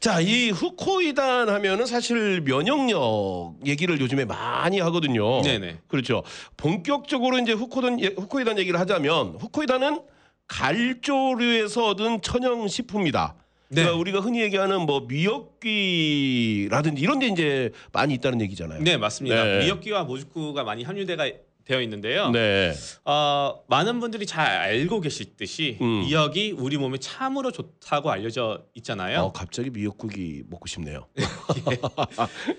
자, 이 후코이단 하면은 사실 면역력 얘기를 요즘에 많이 하거든요. 네네. 그렇죠. 본격적으로 이제 후코단 예, 후코이단 얘기를 하자면 후코이단은 갈조류에서 얻은 천연 식품이다. 네. 그러니까 우리가 흔히 얘기하는 뭐 미역귀라든지 이런 데 이제 많이 있다는 얘기잖아요. 네 맞습니다. 네. 미역기와 모주쿠가 많이 함유돼가 되어 있는데요. 네. 어, 많은 분들이 잘 알고 계실 듯이 음. 미역이 우리 몸에 참으로 좋다고 알려져 있잖아요. 어, 갑자기 미역국이 먹고 싶네요.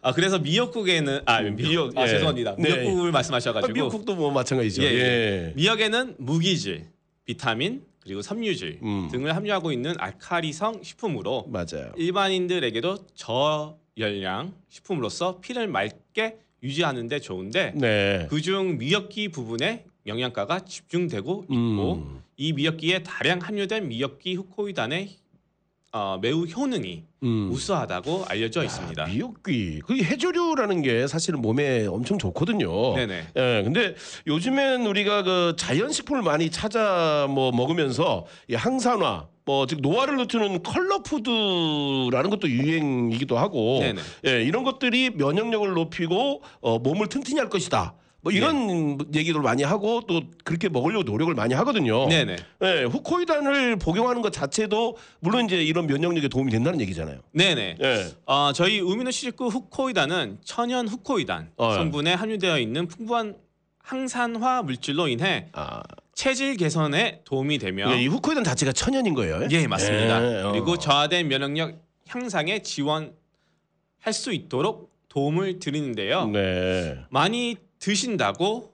아 그래서 미역국에는 아 미역 아 예. 죄송합니다. 네. 미역국을 말씀하셔가지고 아, 미역국도 네. 뭐 마찬가지죠. 예, 예. 미역에는 무기질, 비타민 그리고 섬유질 음. 등을 함유하고 있는 알카리성 식품으로 맞아요. 일반인들에게도 저열량 식품으로서 피를 맑게 유지하는데 좋은데 네. 그중 미역기 부분에 영양가가 집중되고 있고 음. 이 미역기에 다량 함유된 미역기 후코이단의 어, 매우 효능이 음. 우수하다고 알려져 있습니다. 아, 미역귀. 그 해조류라는 게 사실은 몸에 엄청 좋거든요. 네네. 예, 근데 요즘엔 우리가 그 자연 식품을 많이 찾아 뭐 먹으면서 이 항산화, 뭐 즉 노화를 늦추는 컬러 푸드라는 것도 유행이기도 하고, 네네. 예, 이런 것들이 면역력을 높이고 어, 몸을 튼튼히 할 것이다. 뭐 이런 얘기를 많이 하고 또 그렇게 먹으려고 노력을 많이 하거든요. 네. 네네. 예, 후코이단을 복용하는 것 자체도 물론 이제 이런 면역력에 도움이 된다는 얘기잖아요. 네네. 예. 어, 저희 우미노 시즈쿠 후코이단은 천연 후코이단 어, 예. 성분에 함유되어 있는 풍부한 항산화 물질로 인해 아, 체질 개선에 도움이 되며 예, 이 후코이단 자체가 천연인 거예요. 예 맞습니다. 예, 어. 그리고 저하된 면역력 향상에 지원할 수 있도록 도움을 드리는데요. 네. 많이 드신다고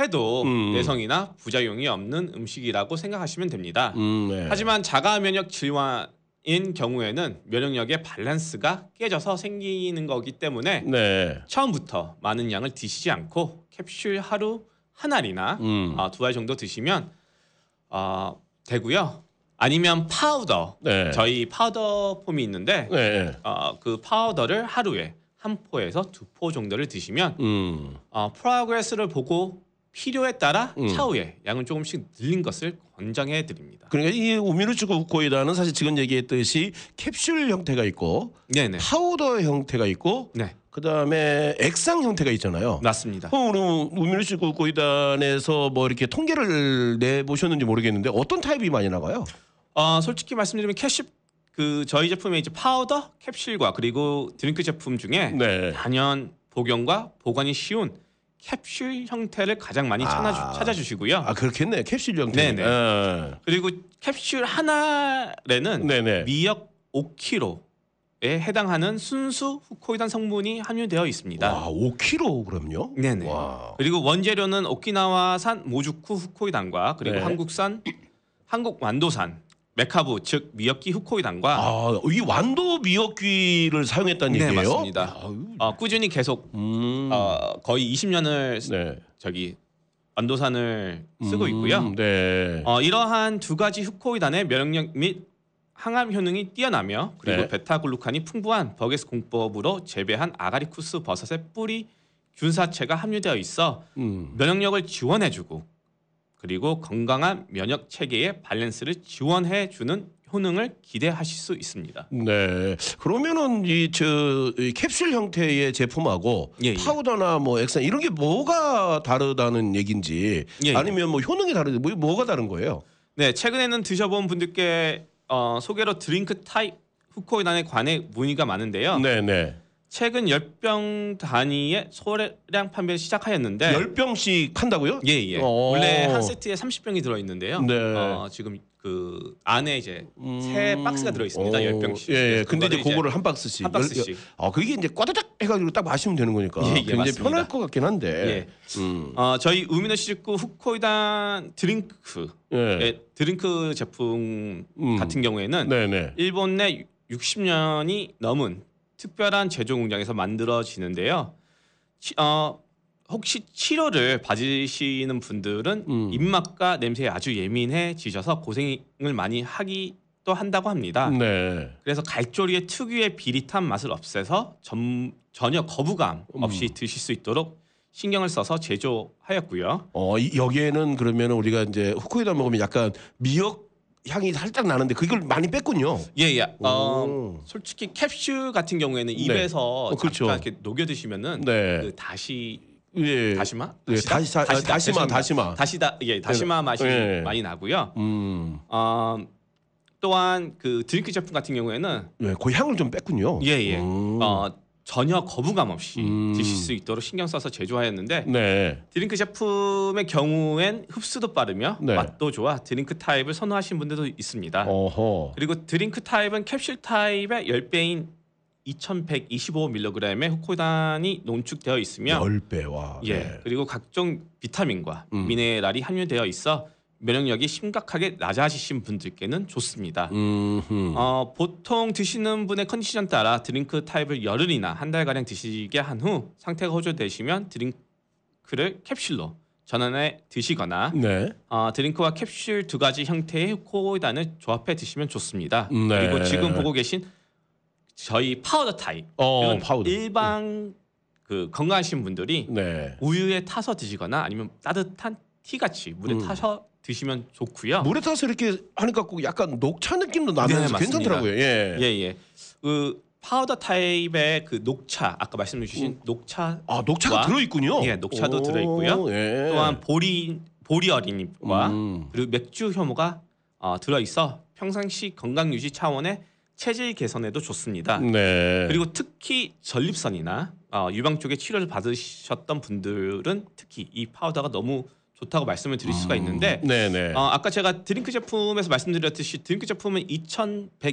해도 음. 내성이나 부작용이 없는 음식이라고 생각하시면 됩니다. 음, 네. 하지만 자가 면역 질환인 경우에는 면역력의 밸런스가 깨져서 생기는 거기 때문에 네. 처음부터 많은 양을 드시지 않고 캡슐 하루 한 알이나 아, 음. 두 알 정도 드시면 어, 되고요. 아니면 파우더 네. 저희 파우더 폼이 있는데 네. 네. 어, 그 파우더를 하루에 한 포에서 두 포 정도를 드시면 음. 어, 프로그레스를 보고 필요에 따라 음. 차후에 양을 조금씩 늘린 것을 권장해 드립니다. 그러니까 이 우미노츠구 후코이다는 사실 지금 얘기했듯이 캡슐 형태가 있고 네네. 파우더 형태가 있고 네. 그다음에 액상 형태가 있잖아요. 맞습니다. 그럼 우리 우미노츠구 후코이단에서 뭐 이렇게 통계를 내 보셨는지 모르겠는데 어떤 타입이 많이 나가요? 어, 솔직히 말씀드리면 캐시 그 저희 제품의 이제 파우더, 캡슐과 그리고 드링크 제품 중에 네. 단연 복용과 보관이 쉬운 캡슐 형태를 가장 많이 아. 찾아주, 찾아주시고요. 아 그렇겠네. 캡슐 형태. 네네. 네. 그리고 캡슐 하나에는 네네. 미역 5kg에 해당하는 순수 후코이단 성분이 함유되어 있습니다. 와 5kg 그럼요. 네네. 와. 그리고 원재료는 오키나와산 모주쿠 후코이단과 그리고 네. 한국산 한국 완도산 메카부 즉 미역기 후코이단과 아, 이 완도 미역귀를 사용했다는 네, 얘기예요? 맞습니다. 아유. 어, 꾸준히 계속 음. 어, 거의 20년을 네. 저기 완도산을 쓰고 음, 있고요. 네. 어, 이러한 두 가지 후코이단의 면역력 및 항암 효능이 뛰어나며 그리고 네. 베타글루칸이 풍부한 버게스 공법으로 재배한 아가리쿠스 버섯의 뿌리 균사체가 함유되어 있어 음. 면역력을 지원해주고 그리고 건강한 면역 체계의 밸런스를 지원해주는 효능을 기대하실 수 있습니다. 네. 그러면은 이저 이 캡슐 형태의 제품하고 예, 예. 파우더나 뭐 액상 이런 게 뭐가 다르다는 얘긴지 예, 예. 아니면 뭐 효능이 다르지 뭐 뭐가 다른 거예요? 네, 최근에는 드셔본 분들께 어, 소개로 드링크 타입 후코이단에 관해 문의가 많은데요. 네, 네. 최근 10병 단위의 소량 판매를 시작하였는데 열 병씩 한다고요? 예, 예. 어. 원래 한 세트에 30병이 들어 있는데요. 네. 어, 지금 그 안에 이제 세 박스가 들어 있습니다. 어, 10병씩. 예, 예. 근데 이제 그거를 그거를 한 박스씩. 한 박스씩. 아, 그게 이제 꽈다닥 해 가지고 딱 마시면 되는 거니까 예, 예, 굉장히 맞습니다. 편할 것 같긴 한데. 예. 음. 어, 저희 우미노 시즈쿠 후코이단 드링크 예. 예, 드링크 제품 음. 같은 경우에는 네, 네. 일본 내 60년이 넘은 특별한 제조 공장에서 만들어지는데요. 치- 어, 혹시 7월을 받으시는 분들은 음. 입맛과 냄새에 아주 예민해지셔서 고생을 많이 하기도 한다고 합니다. 네. 그래서 갈조리의 특유의 비릿한 맛을 없애서 점- 전혀 거부감 없이 음. 드실 수 있도록 신경을 써서 제조하였고요. 어 이- 여기에는 그러면 우리가 이제 후쿠이다 먹으면 약간 미역 향이 살짝 나는데 그걸 많이 뺐군요. 예, 예. 어, 오. 솔직히 capsule 같은 경우에는 네. 입에서 어, 그렇죠. 잠깐 이렇게 녹여 드시면은 네. 그 다시 예. 다시마? 예, 다시 다, 다시다. 다시, 마 죄송합니다. 다시마. 다시다. 예, 다시마 맛이 네. 많이 나고요. 음. 어, 또한 그 드링크 제품 같은 경우에는 예, 그 향을 좀 뺐군요. 예, 예. 음. 어, 전혀 거부감 없이 음. 드실 수 있도록 신경 써서 제조하였는데 네. 드링크 제품의 경우엔 흡수도 빠르며 네. 맛도 좋아 드링크 타입을 선호하시는 분들도 있습니다. 어허. 그리고 드링크 타입은 캡슐 타입의 10배인 2125mg의 후코단이 농축되어 있으며 열 배와. 예. 네. 그리고 각종 비타민과 음. 미네랄이 함유되어 있어 면역력이 심각하게 낮아지신 분들께는 좋습니다. 음. 어, 보통 드시는 분의 컨디션 따라 드링크 타입을 열흘이나 한 달 가량 드시게 한 후 상태가 호조되시면 드링크를 캡슐로 전환해 드시거나 네. 어, 드링크와 캡슐 두 가지 형태의 코이단을 조합해 드시면 좋습니다. 네. 그리고 지금 보고 계신 저희 파우더 타입 어, 이건 파우더. 일반 그 건강하신 분들이 네. 우유에 타서 드시거나 아니면 따뜻한 티 같이 물에 음. 타서 드시면 좋고요. 물에 타서 이렇게 하니까 꼭 약간 녹차 느낌도 나면서 아. 네, 맞습니다. 괜찮더라고요. 예. 예, 예. 그 파우더 타입의 그 녹차 아까 말씀해 주신 녹차 아, 녹차가 와. 들어 있군요. 예, 녹차도 들어있고요. 예. 또한 보리 보리어린과 음. 그리고 맥주 효모가 어, 들어 있어 평상시 건강 유지 차원의 체질 개선에도 좋습니다. 네. 그리고 특히 전립선이나 어, 유방 쪽에 치료를 받으셨던 분들은 특히 이 파우더가 너무 좋다고 말씀을 드릴 수가 있는데 네, 네. 어, 아까 제가 드링크 제품에서 말씀드렸듯이 드링크 제품은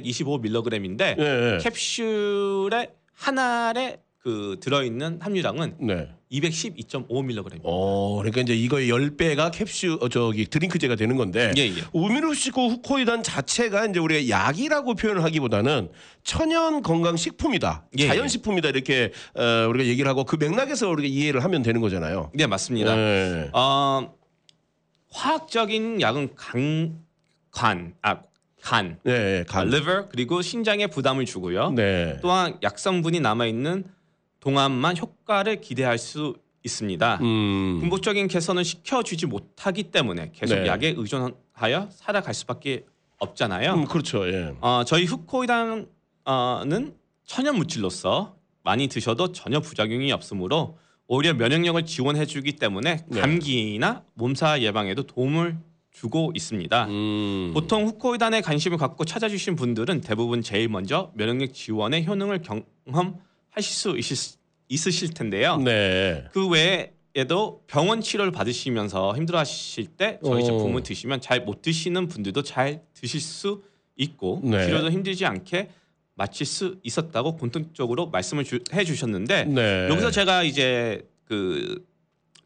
2,125mg인데 예. 예. 캡슐에 한 알에 그 들어있는 함유량은 네. 212.5mg. 어, 그러니까 이제 이거의 10배가 캡슐 어, 저기 드링크제가 되는 건데 예, 예. 우미노시코 후코이단 자체가 이제 우리가 약이라고 표현을 하기보다는 천연 건강 식품이다, 예, 자연 예. 식품이다 이렇게 어, 우리가 얘기를 하고 그 맥락에서 우리가 이해를 하면 되는 거잖아요. 네, 맞습니다. 예. 어, 화학적인 약은 강, 간, 아, 간, 네, 예, 간. liver 그리고 신장에 부담을 주고요. 네. 어? 또한 약성분이 남아 있는 동안만 효과를 기대할 수 있습니다. 음. 궁극적인 개선을 시켜주지 못하기 때문에 계속 네. 약에 의존하여 살아갈 수밖에 없잖아요. 음, 그렇죠. 예. 어, 저희 후코이단은 천연 물질로서 많이 드셔도 전혀 부작용이 없으므로 오히려 면역력을 지원해주기 때문에 네. 감기나 몸살 예방에도 도움을 주고 있습니다. 음. 보통 후코이단에 관심을 갖고 찾아주신 분들은 대부분 제일 먼저 면역력 지원의 효능을 경험하실 수 있으- 있으실 텐데요. 네. 그 외에도 병원 치료를 받으시면서 힘들어하실 때 저희 어. 제품을 드시면 잘 못 드시는 분들도 잘 드실 수 있고 네. 치료도 힘들지 않게 마칠 수 있었다고 공통적으로 말씀을 주- 해주셨는데 네. 여기서 제가 이제 그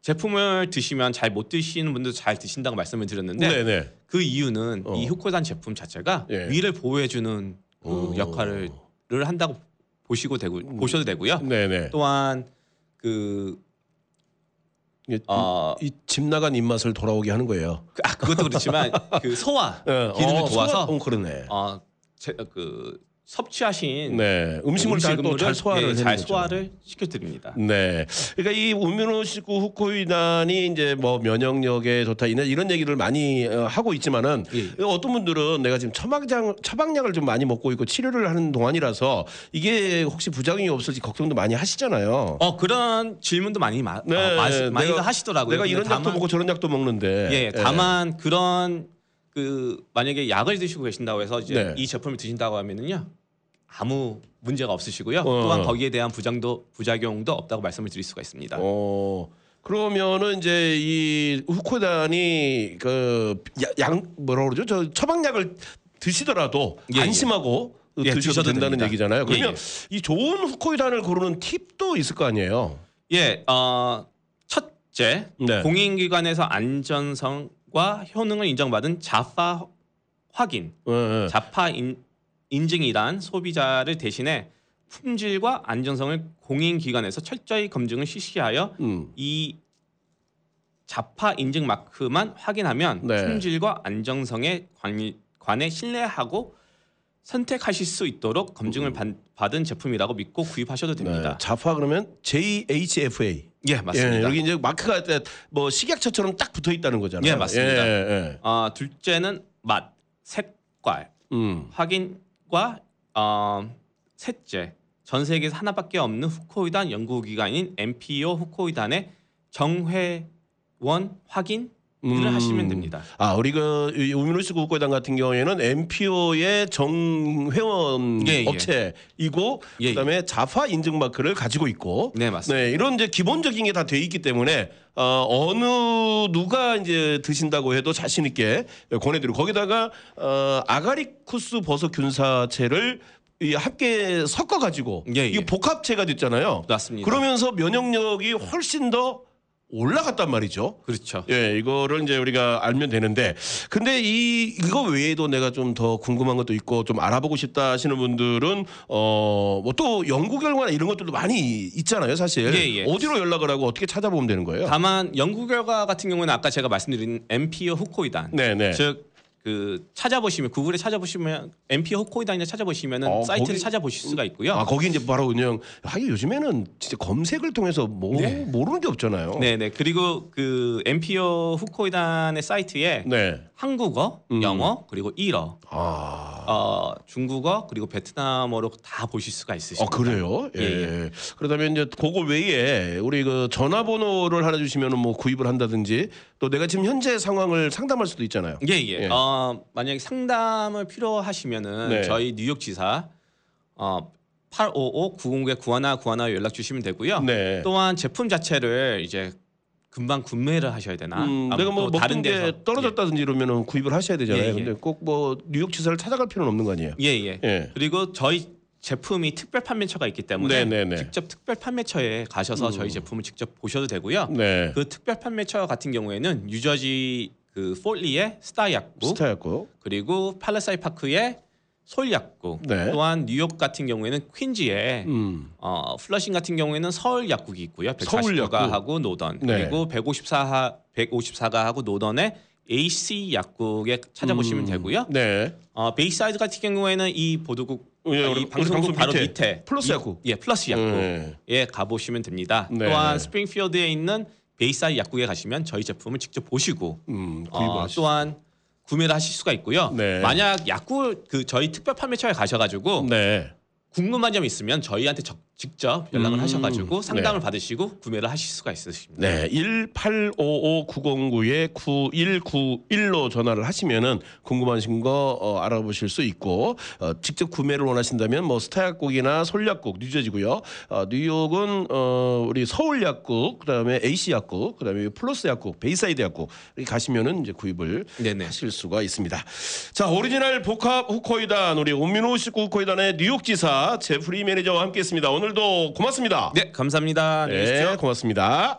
제품을 드시면 잘 못 드시는 분들도 잘 드신다고 말씀을 드렸는데 네, 네. 그 이유는 어. 이 후코단 제품 자체가 예. 위를 보호해주는 그 오. 역할을 를 한다고 보시고 되고 보셔도 되고요. 네, 네. 또한 그 이게 어, 이 집 나간 입맛을 돌아오게 하는 거예요. 그- 아, 그것도 그렇지만 그 소화 예, 기능을 어, 도와서 소화- 어, 그러네. 어, 제, 그 섭취하신 네. 음식물 음식물을, 잘또잘 예, 소화를 해내는 잘 거죠. 소화를 시켜드립니다. 네. 그러니까 이 우미노시구 후코이단이 이제 뭐 면역력에 좋다 이런 이런 얘기를 많이 어, 하고 있지만은 예. 어떤 분들은 내가 지금 처방장 처방약을 좀 많이 먹고 있고 치료를 하는 동안이라서 이게 혹시 부작용이 없을지 걱정도 많이 하시잖아요. 어 그런 질문도 많이 마, 네, 어, 마, 내가- 많이들 하시더라고요. 내가 근데 이런 약도 다만- 먹고 네. 저런 약도 먹는데. 예, 다만 그런 그 만약에 약을 드시고 계신다고 해서 이제 네. 이 제품을 드신다고 하면은요 아무 문제가 없으시고요. 어. 또한 거기에 대한 부작도 부작용도 없다고 말씀을 드릴 수가 있습니다. 어. 그러면은 이제 이 후코단이 그약 뭐라 그러죠? 저 처방약을 드시더라도 예, 예. 안심하고 예, 드셔도 드셔도 된다는 됩니다. 얘기잖아요. 그러면 예, 이 좋은 후코이단을 고르는 팁도 있을 거 아니에요. 예, 어, 첫째 네. 공인기관에서 안전성과 효능을 인정받은 자파 확인, 예, 예. 자파 인, 인증이란 소비자를 대신해 품질과 안전성을 공인기관에서 철저히 검증을 실시하여 음. 이 자파 인증 마크만 확인하면 네. 품질과 안정성에 관- 관해 신뢰하고 선택하실 수 있도록 음. 검증을 받, 받은 제품이라고 믿고 구입하셔도 네. 됩니다. 자파 그러면 JHFA. 예, 맞습니다. 예, 여기 이제 마크가 뭐 식약처처럼 딱 붙어 있다는 거잖아요. 예, 맞습니다. 예, 예. 아, 둘째는 맛, 색, 삭발, 음. 확인과 어, 셋째, 전 세계에서 하나밖에 없는 후코이단 연구기관인 MPO 후코이단의 정회원 확인을 음. 하시면 됩니다. 아, 우리가 이 우민호 씨 국고회당 같은 경우에는 MPO의 정회원 예, 예. 업체이고 예, 그다음에 자파 인증 마크를 가지고 있고 네 맞습니다. 네, 이런 이제 기본적인 게 다 돼 있기 때문에 어, 어느 누가 이제 드신다고 해도 자신 있게 권해드리고 거기다가 어, 아가리쿠스 버섯 균사체를 이 함께 섞어 가지고 예, 예. 이게 복합체가 됐잖아요. 맞습니다. 네. 그러면서 면역력이 훨씬 더 올라갔단 말이죠. 그렇죠. 예, 이거를 이제 우리가 알면 되는데, 근데 이 이거 외에도 내가 좀 더 궁금한 것도 있고 좀 알아보고 싶다 하시는 분들은 어, 뭐 또 연구 결과나 이런 것들도 많이 있잖아요, 사실. 예, 예. 어디로 연락을 하고 어떻게 찾아보면 되는 거예요? 다만 연구 결과 같은 경우는 아까 제가 말씀드린 MPO 후코이단 네, 네. 즉 그 찾아보시면 구글에 찾아보시면 MPO 후코이단이나 찾아보시면 어, 은 사이트를 거기- 찾아보실 수가 있고요. 아, 거기 이제 바로 그냥 아, 이게 요즘에는 진짜 검색을 통해서 뭐 네. 모르는 게 없잖아요. 네네 그리고 그 MPO 후코이단의 사이트에 네. 한국어, 음. 영어 그리고 일어, 아. 어, 중국어 그리고 베트남어로 다 보실 수가 있으십니다. 아 그래요? 예. 예, 예. 그렇다면 이제 그거 외에 우리 그 전화번호를 하나 주시면은 뭐 구입을 한다든지 또 내가 지금 현재 상황을 상담할 수도 있잖아요. 예, 예. 예. 어, 만약에 상담을 필요하시면은 네. 저희 뉴욕 지사 어, 855-909-9191로 연락 주시면 되고요. 네. 아, 또한 제품 자체를 이제 금방 구매를 하셔야 되나? 음, 아니면 내가 뭐 또 먹던 게 데서- 떨어졌다든지 이러면은 구입을 하셔야 되잖아요. 예, 예. 근데 꼭 뭐 뉴욕 지사를 찾아갈 필요는 없는 거 아니에요? 예, 예. 예. 그리고 저희 제품이 특별 판매처가 있기 때문에 네, 네, 네. 직접 특별 판매처에 가셔서 저희 제품을 직접 보셔도 되고요. 네. 그 특별 판매처 같은 경우에는 유저지 그 폴리의 스타 약국 스타였고. 그리고 팔레사이 파크의 솔 약국 네. 또한 뉴욕 같은 경우에는 퀸즈에 음. 어, 플러싱 같은 경우에는 서울 약국이 있고요. 서울 약국. 140가 하고 노던 네. 그리고 154하 154가 하고 노던의 AC 약국에 찾아보시면 되고요. 네. 어, 베이사이드 같은 경우에는 이 보도국 예, 아, 우리- 이 우리 방송국 방송 바로 밑에 밑에, 플러스 이- 약국. 예 플러스 약국 네. 예 가보시면 됩니다. 네. 또한 스프링필드에 있는 베이사이드 약국에 가시면 저희 제품을 직접 보시고 음. 어, 구입을 하 또한 구매를 하실 수가 있고요. 네. 만약 약국 그 저희 특별 판매처에 가셔가지고 네. 궁금한 점 있으면 저희한테 적- 직접 연락을 음. 하셔가지고 상담을 받으시고 구매를 하실 수가 있으십니다. 네, 1855909에 9191로 전화를 하시면은 궁금하신 거 어, 알아보실 수 있고 어, 직접 구매를 원하신다면 뭐 스타약국이나 솔약국 뉴저지고요. 어, 뉴욕은 어, 우리 서울약국, 그다음에 AC 약국, 그다음에 플러스 약국, 베이사이드 약국 이렇게 가시면은 이제 구입을 네네. 하실 수가 있습니다. 자, 오리지널 복합 후코이단 우리 온민호 식구 후코이단의 뉴욕지사 제프리 매니저와 함께했습니다. 오늘도 고맙습니다. 네, 감사합니다. 네, 안녕히 계십시오. 네 고맙습니다.